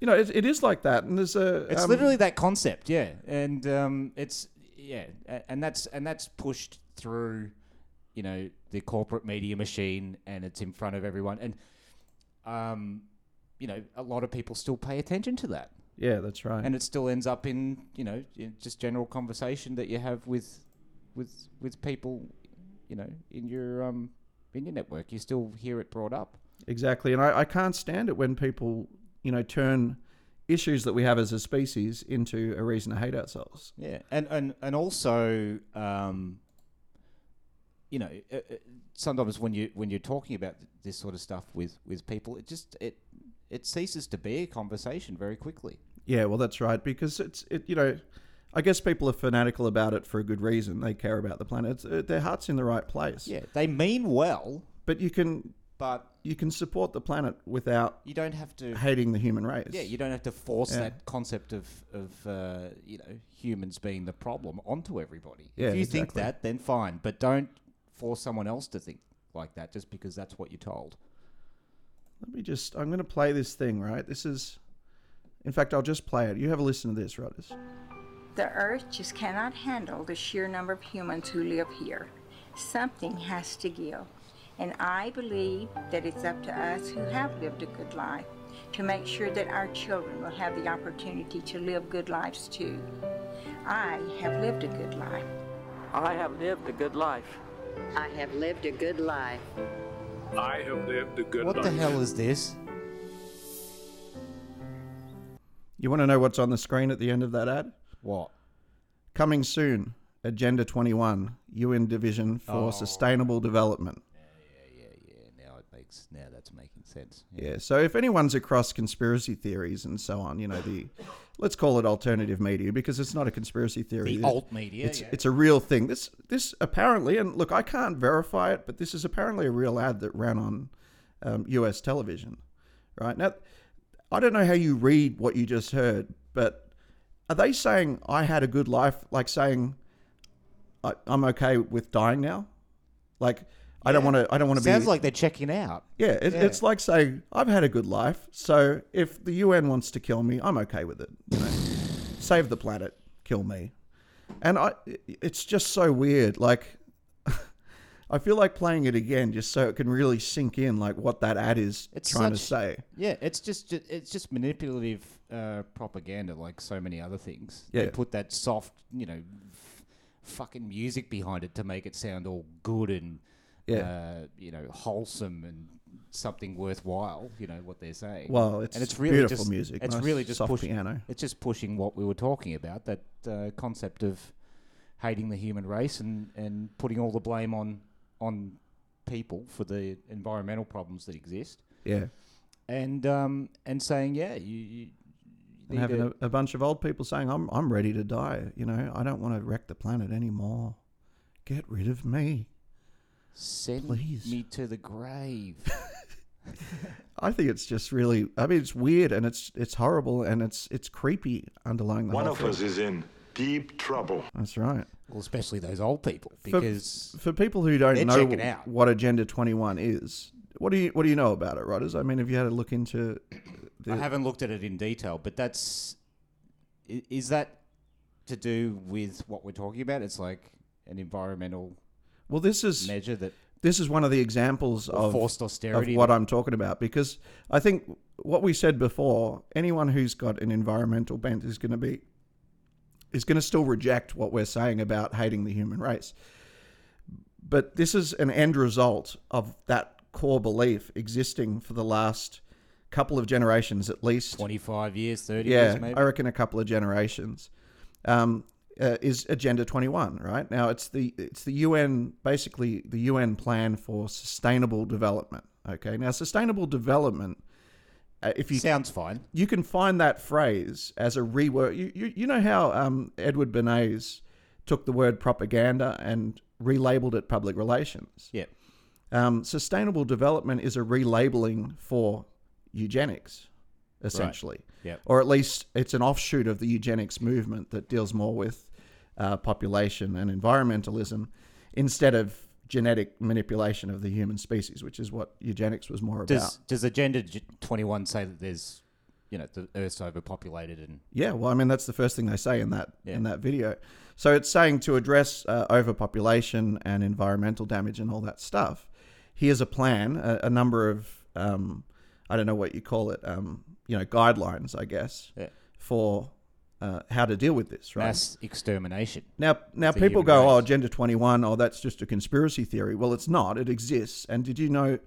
S2: you know it, it is like that and there's a
S1: it's
S2: um,
S1: literally that concept. Yeah, and um, it's yeah, a- and that's and that's pushed through, you know, the corporate media machine, and it's in front of everyone, and um, you know, a lot of people still pay attention to that.
S2: yeah that's right
S1: and it still ends up in you know in just general conversation that you have with with with people you know in your um in your network you still hear it brought up
S2: Exactly. And I, I can't stand it when people, you know, turn issues that we have as a species into a reason to hate ourselves.
S1: yeah and and and also um you know uh, uh, sometimes when you when you're talking about this sort of stuff with with people it just it it ceases to be a conversation very quickly
S2: Yeah, well, that's right. Because it's, it, you know, I guess people are fanatical about it for a good reason. They care about the planet. It's, uh, their heart's in the right place.
S1: yeah they mean well
S2: But you can
S1: but
S2: you can support the planet without
S1: you don't have to
S2: hating the human race.
S1: Yeah, you don't have to force
S2: Yeah.
S1: that concept of of uh, you know humans being the problem onto everybody.
S2: Yeah,
S1: if you think
S2: exactly.
S1: that, then fine, but don't force someone else to think like that just because that's what you're told.
S2: Let me just, I'm going to play this thing, right? This is, in fact, I'll just play it. You have a listen to this, Rodders.
S6: The Earth just cannot handle the sheer number of humans who live here. Something has to give. And I believe that it's up to us who have lived a good life to make sure that our children will have the opportunity to live good lives too. I have lived a good life.
S7: I have lived a good life.
S8: I have lived a good life.
S9: I have lived a good
S1: what
S9: life.
S1: the hell is this?
S2: You want to know what's on the screen at the end of that ad?
S1: What?
S2: Coming soon, Agenda 21, UN Division for Sustainable Development.
S1: Yeah, now it makes now that's making sense.
S2: Yeah, so if anyone's across conspiracy theories and so on, you know, the let's call it alternative media because it's not a conspiracy theory.
S1: The
S2: It-
S1: alt media.
S2: It's
S1: yeah.
S2: it's a real thing. This this apparently and look, I can't verify it, but this is apparently a real ad that ran on um, US television. Right? Now I don't know how you read what you just heard, but are they saying I had a good life like saying I, I'm okay with dying now? Like I don't want to I don't want to be
S1: Sounds like they're checking out.
S2: yeah, it,
S1: Yeah.
S2: it's like saying I've had a good life, so if the UN wants to kill me, I'm okay with it.
S1: (laughs)
S2: you know. Save the planet, kill me, and I. it- It's just so weird. Like, (laughs) I feel like playing it again just so it can really sink in, like what that ad is
S1: It's
S2: trying to
S1: such-
S2: say.
S1: Yeah, it's just ju- it's just manipulative uh, propaganda, like so many other things. They
S2: Yeah.
S1: put that soft, you know, f- fucking music behind it to make it sound all good and
S2: Yeah.
S1: uh, you know wholesome and something worthwhile. You know what they're saying.
S2: Well, it's
S1: and it's really
S2: beautiful
S1: just,
S2: music,
S1: It's
S2: nice
S1: really just
S2: soft
S1: pushing.
S2: piano.
S1: It's just pushing what we were talking about that uh, concept of hating the human race and and putting all the blame on on people for the environmental problems that exist
S2: Yeah,
S1: and um, and saying, yeah, you, you
S2: and
S1: need
S2: having
S1: to,
S2: a, a bunch of old people saying, "I'm I'm ready to die. You know, I don't want to wreck the planet anymore. Get rid of me."
S1: send
S2: please.
S1: me to the grave.
S2: I think it's just really. I mean, it's weird and it's it's horrible and it's it's creepy underlying the
S10: One
S2: whole
S10: of
S2: thing.
S10: us is in deep trouble.
S2: That's right.
S1: (laughs) Well, especially those old people because
S2: for people who don't
S1: They're
S2: know
S1: checking out.
S2: what Agenda 21 is, what do you what do you know about it, Rodders? I mean, have you had a look into? The,
S1: I haven't looked at it in detail, but that's i- is that to do with what we're talking about? It's like an environmental
S2: well, this is
S1: measure that
S2: this is one of the examples of
S1: forced austerity
S2: of what
S1: that-
S2: I'm talking about because I think what we said before, anyone who's got an environmental bent is going to be is going to still reject what we're saying about hating the human race. But this is an end result of that core belief existing for the last couple of generations at least.
S1: twenty five years, thirty
S2: yeah,
S1: years, maybe.
S2: I reckon a couple of generations. Um, uh, is Agenda 21 right now? It's the it's the UN basically the UN plan for sustainable development. Okay, now sustainable development. Uh, if you
S1: Sounds fine.
S2: you can find that phrase as a rework. You you, you know how um, Edward Bernays took the word propaganda and relabeled it public relations.
S1: Yeah,
S2: Um, sustainable development is a relabeling for eugenics, essentially.
S1: Yep.
S2: Or at least it's an offshoot of the eugenics movement that deals more with uh, population and environmentalism instead of genetic manipulation of the human species, which is what eugenics was more
S1: does
S2: about.
S1: does Agenda Twenty One say that there's you know the Earth's overpopulated and
S2: Yeah, well, I mean that's the first thing they say in that
S1: Yeah.
S2: in that video. So it's saying to address uh, overpopulation and environmental damage and all that stuff. Here's a plan, a, a number of um, I don't know what you call it, um, you know, guidelines, I guess,
S1: Yeah.
S2: for uh, how to deal with this. Right
S1: mass extermination?
S2: now, now
S1: the
S2: people
S1: human
S2: go, "Oh,
S1: race."
S2: Agenda 21, oh, that's just a conspiracy theory." Well, it's not. It exists. And did you know?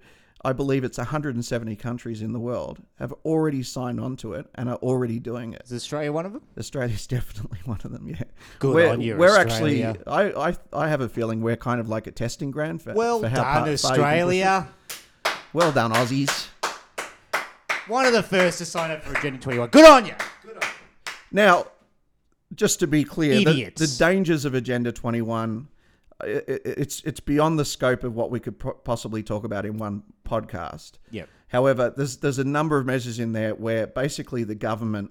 S2: I believe it's 170 countries in the world have already signed on to it and are already doing it.
S1: Is Australia one of them?
S2: Australia's (laughs) definitely one of them. Yeah,
S1: Good
S2: we're,
S1: on you,
S2: We're
S1: Australia.
S2: actually, I, I, I have a feeling we're kind of like a testing ground for.
S1: Well
S2: for
S1: done,
S2: how pa- far you can push
S1: Australia.
S2: it. Well done, Aussies.
S1: One of the first to sign up for Agenda Twenty One. Good on you.
S2: Now, just to be clear, the,
S1: Idiots.
S2: the dangers of Agenda Twenty One, it's it's beyond the scope of what we could po- possibly talk about in one podcast.
S1: Yep.
S2: However, there's there's a number of measures in there where basically the government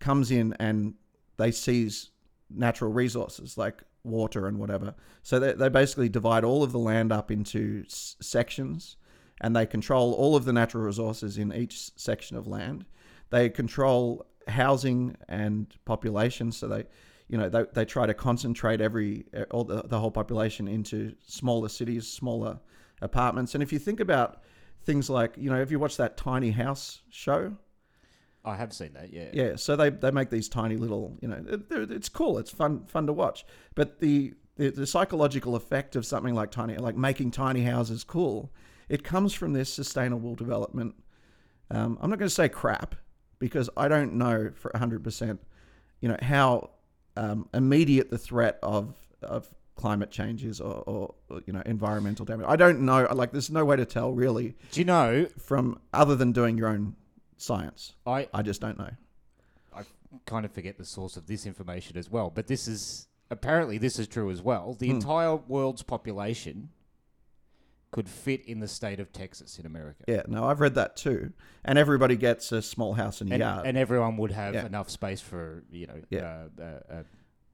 S2: comes in and they seize natural resources like water and whatever. So they, they basically divide all of the land up into s- sections and they control all of the natural resources in each s- section of land. They control housing and population. So they, you know, they, they try to concentrate every, e, all the, the whole population into smaller cities, smaller apartments. And if you think about things like, you know, if you watch that tiny house show,
S1: I have seen that. Yeah.
S2: yeah, so they, they make these tiny little, you know, it- they're- it's cool, it's fun fun to watch. But the, the the psychological effect of something like tiny, like making tiny houses cool, it comes from this sustainable development. Um, I'm not going to say crap because I don't know for 100, percent you know, how um, immediate the threat of of climate change is or, or, or you know environmental damage. I don't know. Like, there's no way to tell really
S1: Do you know?
S2: from other than doing your own science.
S1: I
S2: I just don't know.
S1: I kind of forget the source of this information as well, but this is apparently this is true as well.
S2: Hmm.
S1: The entire world's population could fit in the state of Texas in America.
S2: Yeah, no, I've read that too. And everybody gets a small house and a
S1: And,
S2: yard.
S1: and everyone would have
S2: Yeah.
S1: enough space for you know,
S2: Yeah.
S1: uh, uh, uh,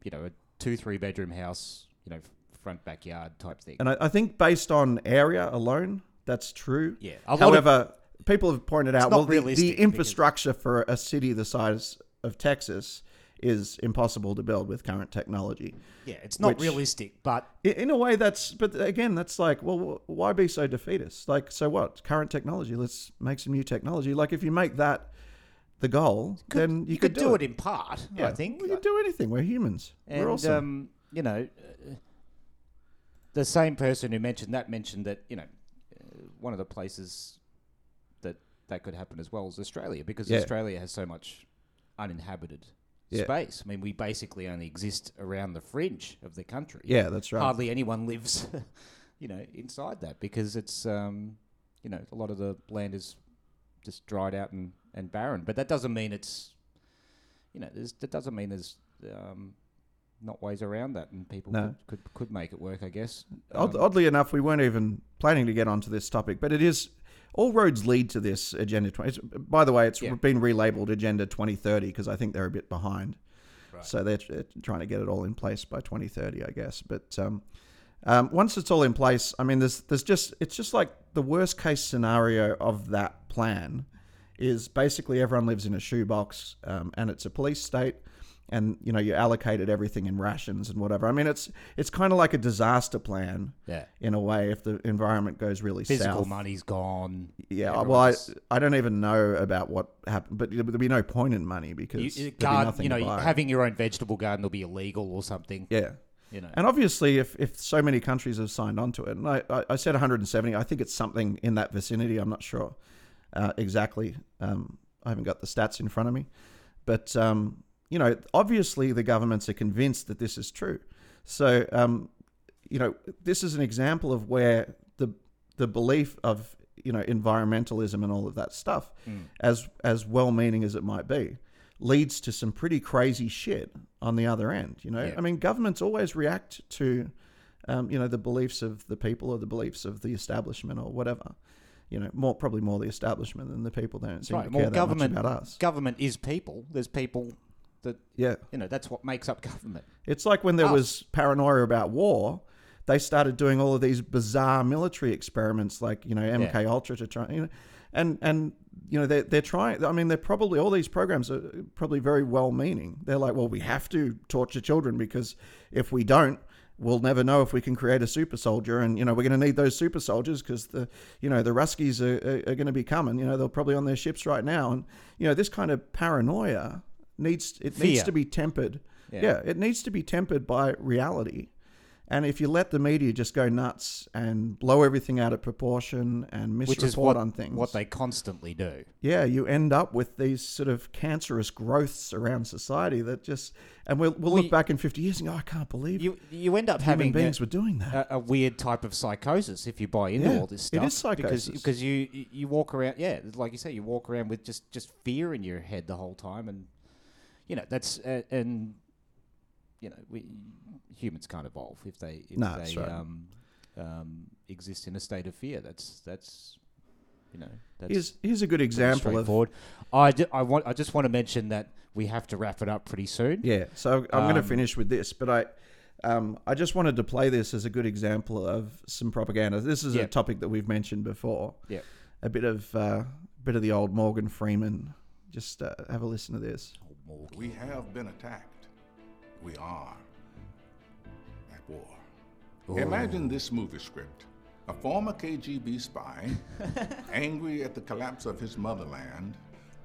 S1: you know, a two three bedroom house, you know, f- front backyard type thing.
S2: And I, I think based on area alone, that's true.
S1: Yeah, a lot of-
S2: However, people have pointed out
S1: not
S2: well, the,
S1: realistic
S2: the
S1: because-
S2: infrastructure for a city the size of Texas is impossible to build with current technology.
S1: yeah, it's not
S2: which-
S1: realistic, but
S2: I- In a way, that's but again, that's like, well, wh- why be so defeatist? Like, so what? Current technology. Let's make some new technology. Like, if you make that the goal, then you,
S1: you could do it in part.
S2: Yeah,
S1: I think
S2: we could do anything. We're humans.
S1: And
S2: We're awesome.
S1: um, you know, uh, the same person who mentioned that mentioned that you know, uh, one of the places that that could happen as well is Australia because
S2: Yeah.
S1: Australia has so much uninhabited
S2: Yeah.
S1: space. I mean, we basically only exist around the fringe of the country.
S2: Yeah, that's right.
S1: Hardly anyone lives, (laughs) you know, inside that because it's um, you know, a lot of the land is just dried out and, and barren. But that doesn't mean it's, you know, there's, that doesn't mean there's um, not ways around that, and people
S2: No. Uh,
S1: could, could could make it work, I guess.
S2: Odd, oddly enough, we weren't even planning to get onto this topic, but it is. all roads lead to this agenda 20 it's, by the way it's
S1: Yeah.
S2: been relabeled agenda 2030 because i think they're a bit behind so they're, they're trying to get it all in place by 2030 i guess but um, um, once it's all in place i mean there's there's just it's just like the worst case scenario of that plan is basically everyone lives in a shoebox um, and it's a police state and you know you're allocated everything in rations and whatever i mean it's it's kind of like a disaster plan
S1: Yeah.
S2: in a way if the environment goes really
S1: Physical
S2: south
S1: money's gone.
S2: yeah,
S1: Everyone's-
S2: well, I, I don't even know about what happened, but there'll be no point in money because
S1: you,
S2: there'll be
S1: garden,
S2: nothing
S1: you
S2: to
S1: know,
S2: buy.
S1: having your own vegetable garden will be illegal or something.
S2: yeah,
S1: You know.
S2: and obviously if, if so many countries have signed on to it, and I, I, I said 170, I think it's something in that vicinity. I'm not sure uh, exactly. Um, I haven't got the stats in front of me, but um, you know, obviously the governments are convinced that this is true. So um, you know, this is an example of where the the belief of you know environmentalism and all of that stuff,
S1: Mm.
S2: as as well meaning as it might be, leads to some pretty crazy shit on the other end. You know,
S1: Yeah.
S2: I mean, governments always react to, um, you know, the beliefs of the people or the beliefs of the establishment or whatever. You know, more probably more the establishment than the people. They don't seem to
S1: Right.
S2: care
S1: Well,
S2: that
S1: government
S2: much about us.
S1: government is people. There's people that
S2: yeah,
S1: you know. That's what makes up government.
S2: It's like when there
S1: Us.
S2: was paranoia about war, they started doing all of these bizarre military experiments, like you know MK Ultra to try, you know, and and you know they they're trying. I mean, they're probably all these programs are probably very well meaning. They're like, well, we have to torture children because if we don't. We'll never know if we can create a super soldier, and you know we're going to need those super soldiers because the, you know, the Ruskies are, are, are going to be coming. You know they're probably on their ships right now, and you know this kind of paranoia needs it needs
S1: Fear.
S2: to be tempered. Yeah. it needs to be tempered by reality. And if you let the media just go nuts and blow everything out of proportion and misreport
S1: Which is what
S2: on things,
S1: what they constantly do.
S2: yeah, you end up with these sort of cancerous growths around society that just, and we'll, we'll look back in 50 years and go, "Oh, I can't believe
S1: You you end up
S2: human
S1: having uh,
S2: beings
S1: a,
S2: were doing that.
S1: a, a weird type of psychosis if you buy into
S2: Yeah,
S1: all this
S2: it
S1: stuff.
S2: is psychosis.
S1: because because you you- you walk around yeah like you say you walk around with just just fear in your head the whole time and you know that's uh, and you know we humans can't evolve if they if
S2: No, that's
S1: they
S2: right.
S1: um, um, exist in a state of fear. That's that's you know that's
S2: here's, here's a good
S1: pretty
S2: example of,
S1: straightforward. I, ju- I want I just want to mention that we have to wrap it up pretty soon.
S2: Yeah, so I'm going to finish with this, but I, um, I just wanted to play this as a good example of some propaganda. This is a
S1: Yep.
S2: topic that we've mentioned before.
S1: Yep.
S2: a bit of uh, bit of the old Morgan Freeman. Just uh, have a listen to this.
S10: We have been attacked. We are at war. Imagine this movie script. A former KGB spy, angry at the collapse of his motherland,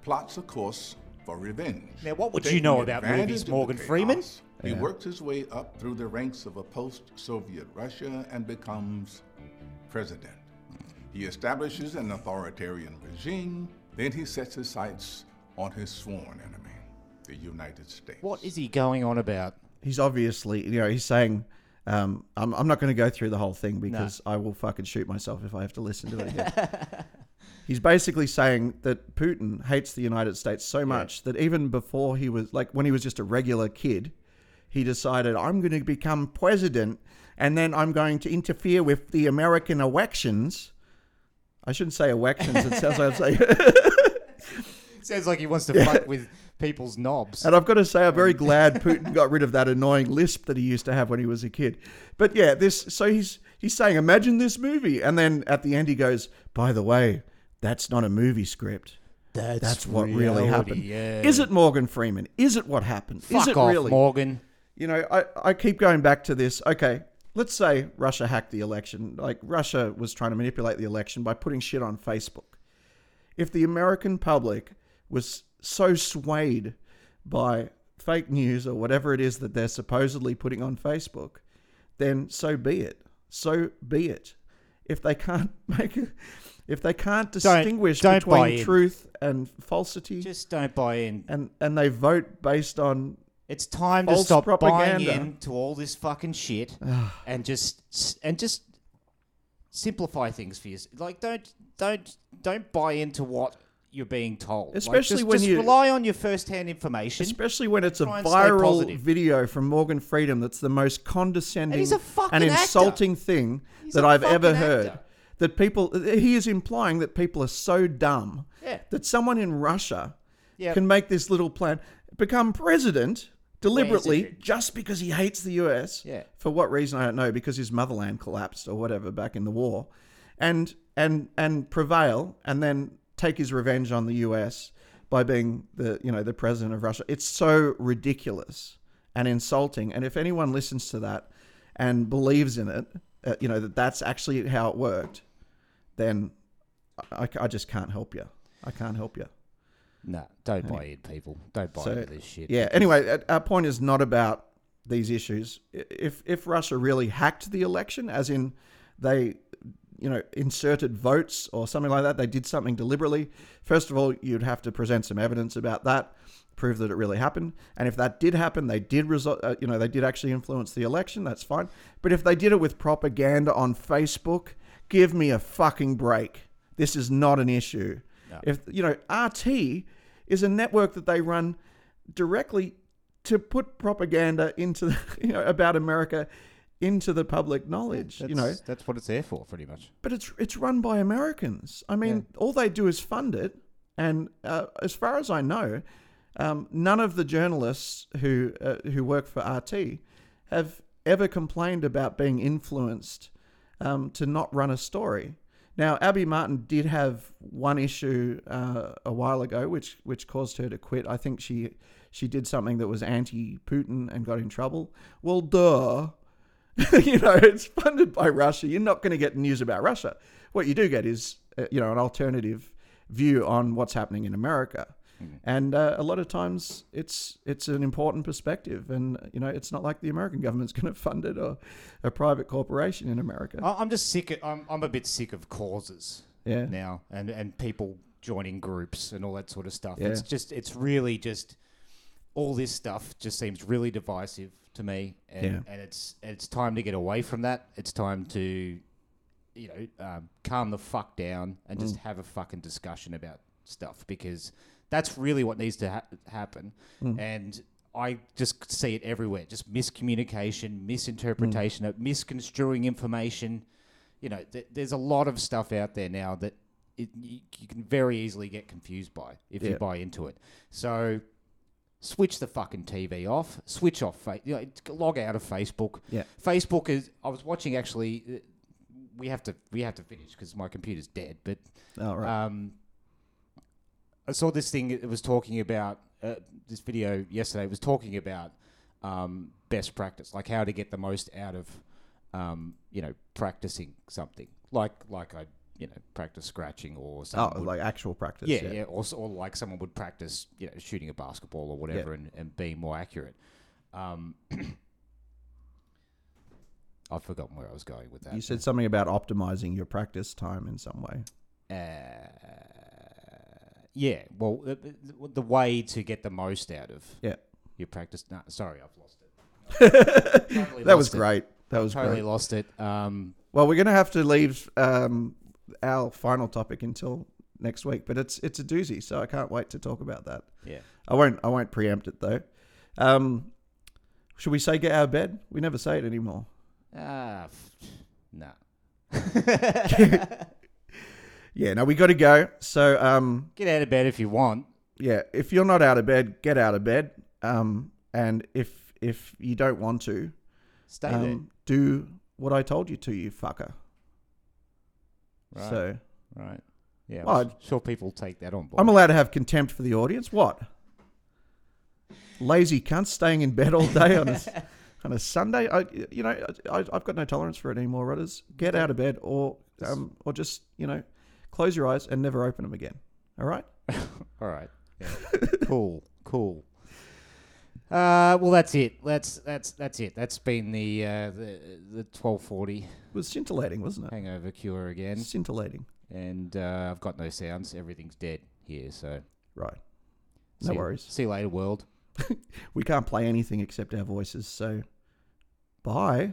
S10: plots a course for revenge.
S1: Now, what would you
S10: Taking
S1: know about
S10: advantage
S1: movies,
S10: of the
S1: Morgan
S10: chaos,
S1: Freeman?
S10: He works his way up through the ranks of a post Soviet Russia and becomes president. He establishes an authoritarian regime, then he sets his sights on his sworn enemy, the United States.
S1: What is he going on about?
S2: He's obviously, you know, he's saying, um, "I'm I'm not going to go through the whole thing because I will fucking shoot myself if I have to listen to it again." he's basically saying that Putin hates the United States so much that even before he was like when he was just a regular kid, he decided I'm going to become president and then I'm going to interfere with the American elections. I shouldn't say elections. It sounds like I'm saying
S1: It sounds like he wants to fuck with people's knobs.
S2: And I've got to say, I'm very
S1: Um, (laughs)
S2: glad Putin got rid of that annoying lisp that he used to have when he was a kid. But yeah, this. So he's he's saying, imagine this movie, and then at the end he goes, by the way, that's not a movie script.
S1: That's,
S2: That's what really happened.
S1: Yeah.
S2: Is it Morgan Freeman? Is it what happened?
S1: Fuck
S2: Is it
S1: off,
S2: really?
S1: Morgan.
S2: you know, I, I keep going back to this. Okay, let's say Russia hacked the election. Like, Russia was trying to manipulate the election by putting shit on Facebook. If the American public was so swayed by fake news or whatever it is that they're supposedly putting on Facebook, then so be it. So be it. If they can't (laughs) make it, if they can't distinguish
S1: don't buy
S2: between
S1: in.
S2: truth and falsity,
S1: Just don't buy in.
S2: and and they vote based on
S1: It's time to
S2: False
S1: stop
S2: propaganda.
S1: buying in to all this fucking
S2: (sighs)
S1: shit and just and just simplify things for you. Like don't don't don't buy into what you're being told. Like,
S2: Especially
S1: just-
S2: when
S1: just
S2: you-
S1: rely on your first-hand information.
S2: Especially when it's a
S1: Try and stay
S2: viral
S1: positive.
S2: video from Morgan Freedom that's the most condescending
S1: And he's a fucking
S2: and
S1: actor.
S2: insulting thing
S1: He's
S2: that
S1: a
S2: I've ever
S1: fucking
S2: heard.
S1: actor.
S2: that people he is implying that people are so dumb
S1: Yeah.
S2: that someone in Russia
S1: Yep.
S2: can make this little plan become president deliberately
S1: it?
S2: just because he hates the US
S1: Yeah.
S2: for what reason I don't know because his motherland collapsed or whatever back in the war and and and prevail and then take his revenge on the US by being the you know the president of Russia it's so ridiculous and insulting and if anyone listens to that and believes in it uh, you know that that's actually how it worked then I, I- I just can't help you I can't help you
S1: No, don't buy in, people. Don't buy into this shit.
S2: yeah. Anyway, uh, our point is not about these issues. I- If if Russia really hacked the election, as in they, you know, inserted votes or something like that, they did something deliberately. First of all, you'd have to present some evidence about that, prove that it really happened. And if that did happen, they did result, uh, you know, they did actually influence the election. That's fine. But if they did it with propaganda on Facebook, give me a fucking break. This is not an issue. If you know, RT is a network that they run directly to put propaganda into the, (laughs) you know about America into the public knowledge.
S1: That's,
S2: you know,
S1: that's what it's there for, pretty much.
S2: but it's it's run by Americans. I mean, all they do is fund it, and uh, as far as I know, um, none of the journalists who uh, who work for RT have ever complained about being influenced um, to not run a story. Now, Abby Martin did have one issue uh, a while ago, which which caused her to quit. I think she she did something that was anti-Putin and got in trouble. Well, duh. (laughs) you know, it's funded by Russia. You're not going to get news about Russia. What you do get is, uh, you know, an alternative view on what's happening in America.
S1: Mm-hmm.
S2: And uh, a lot of times, it's it's an important perspective, and uh, you know, it's not like the American government's (laughs) going to fund it or a private corporation in America.
S1: I- I'm just sick. Of, I'm I'm a bit sick of causes.
S2: Yeah.
S1: Now and and people joining groups and all that sort of stuff.
S2: Yeah.
S1: It's just it's really just all this stuff just seems really divisive to me. And,
S2: Yeah.
S1: and it's it's time to get away from that. It's time to you know um, calm the fuck down and
S2: Mm.
S1: just have a fucking discussion about stuff because that's really what needs to ha- happen.
S2: Mm.
S1: And I just see it everywhere. Just miscommunication,
S2: Mm.
S1: misinterpretation, uh misconstruing information you know, th- there's a lot of stuff out there now that it, you, you can very easily get confused by if you
S2: Yeah.
S1: buy into it. So switch the fucking TV off. Switch off. Fa- you know, t- log out of Facebook.
S2: Yeah.
S1: Facebook is. I was watching actually. uh, We have to. We have to finish because my computer's dead. But
S2: oh, right.
S1: um, I saw this thing. It was talking about uh, this video yesterday. Was talking about um, best practice, like how to get the most out of um, you know practicing something, like like I you know practice scratching or
S2: oh,
S1: something.
S2: like actual practice.
S1: yeah, yeah, Or, s- or like someone would practice you know shooting a basketball or whatever, and, and being more accurate. Um, (clears throat) I've forgotten where I was going with that.
S2: You said something about optimizing your practice time in some way.
S1: yeah, well, uh, uh, the way to get the most out of
S2: Yeah,
S1: your practice. No, sorry, I've lost it. Totally
S2: that was
S1: lost it.
S2: great. That was
S1: Totally
S2: great.
S1: lost it. Um,
S2: Well, we're going to have to leave um, our final topic until next week, but it's it's a doozy, so I can't wait to talk about that.
S1: yeah.
S2: I won't I won't preempt it though. Um, should we say get out of bed? We never say it anymore.
S1: Ah, f- no.
S2: Yeah, no, we got to go. So um,
S1: Get out of bed if you want.
S2: yeah, if you're not out of bed, get out of bed. Um, and if if you don't want to,
S1: Stay
S2: um, do what I told you to, you fucker.
S1: there. Right.
S2: So
S1: right. Yeah.
S2: Well,
S1: I'm sure people take that on board.
S2: I'm allowed to have contempt for the audience. What? Lazy cunts staying in bed all day on a, on a Sunday. I, you know, I, I've got no tolerance for it anymore, Rudders. Get out of bed or, um, or just, you know, close your eyes and never open them again. All right?
S1: All right. Yeah. (laughs) cool. Cool. Uh, well, that's it. That's that's that's it. That's been the uh, the the twelve forty
S2: It was scintillating, wasn't it?
S1: hangover cure again,
S2: Scintillating.
S1: and uh, I've got no sounds. Everything's dead here. So
S2: Right. No
S1: see-
S2: worries.
S1: See you later, world.
S2: We can't play anything except our voices, so bye.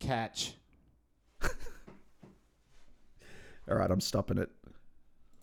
S1: Catch.
S2: All right, I'm stopping it.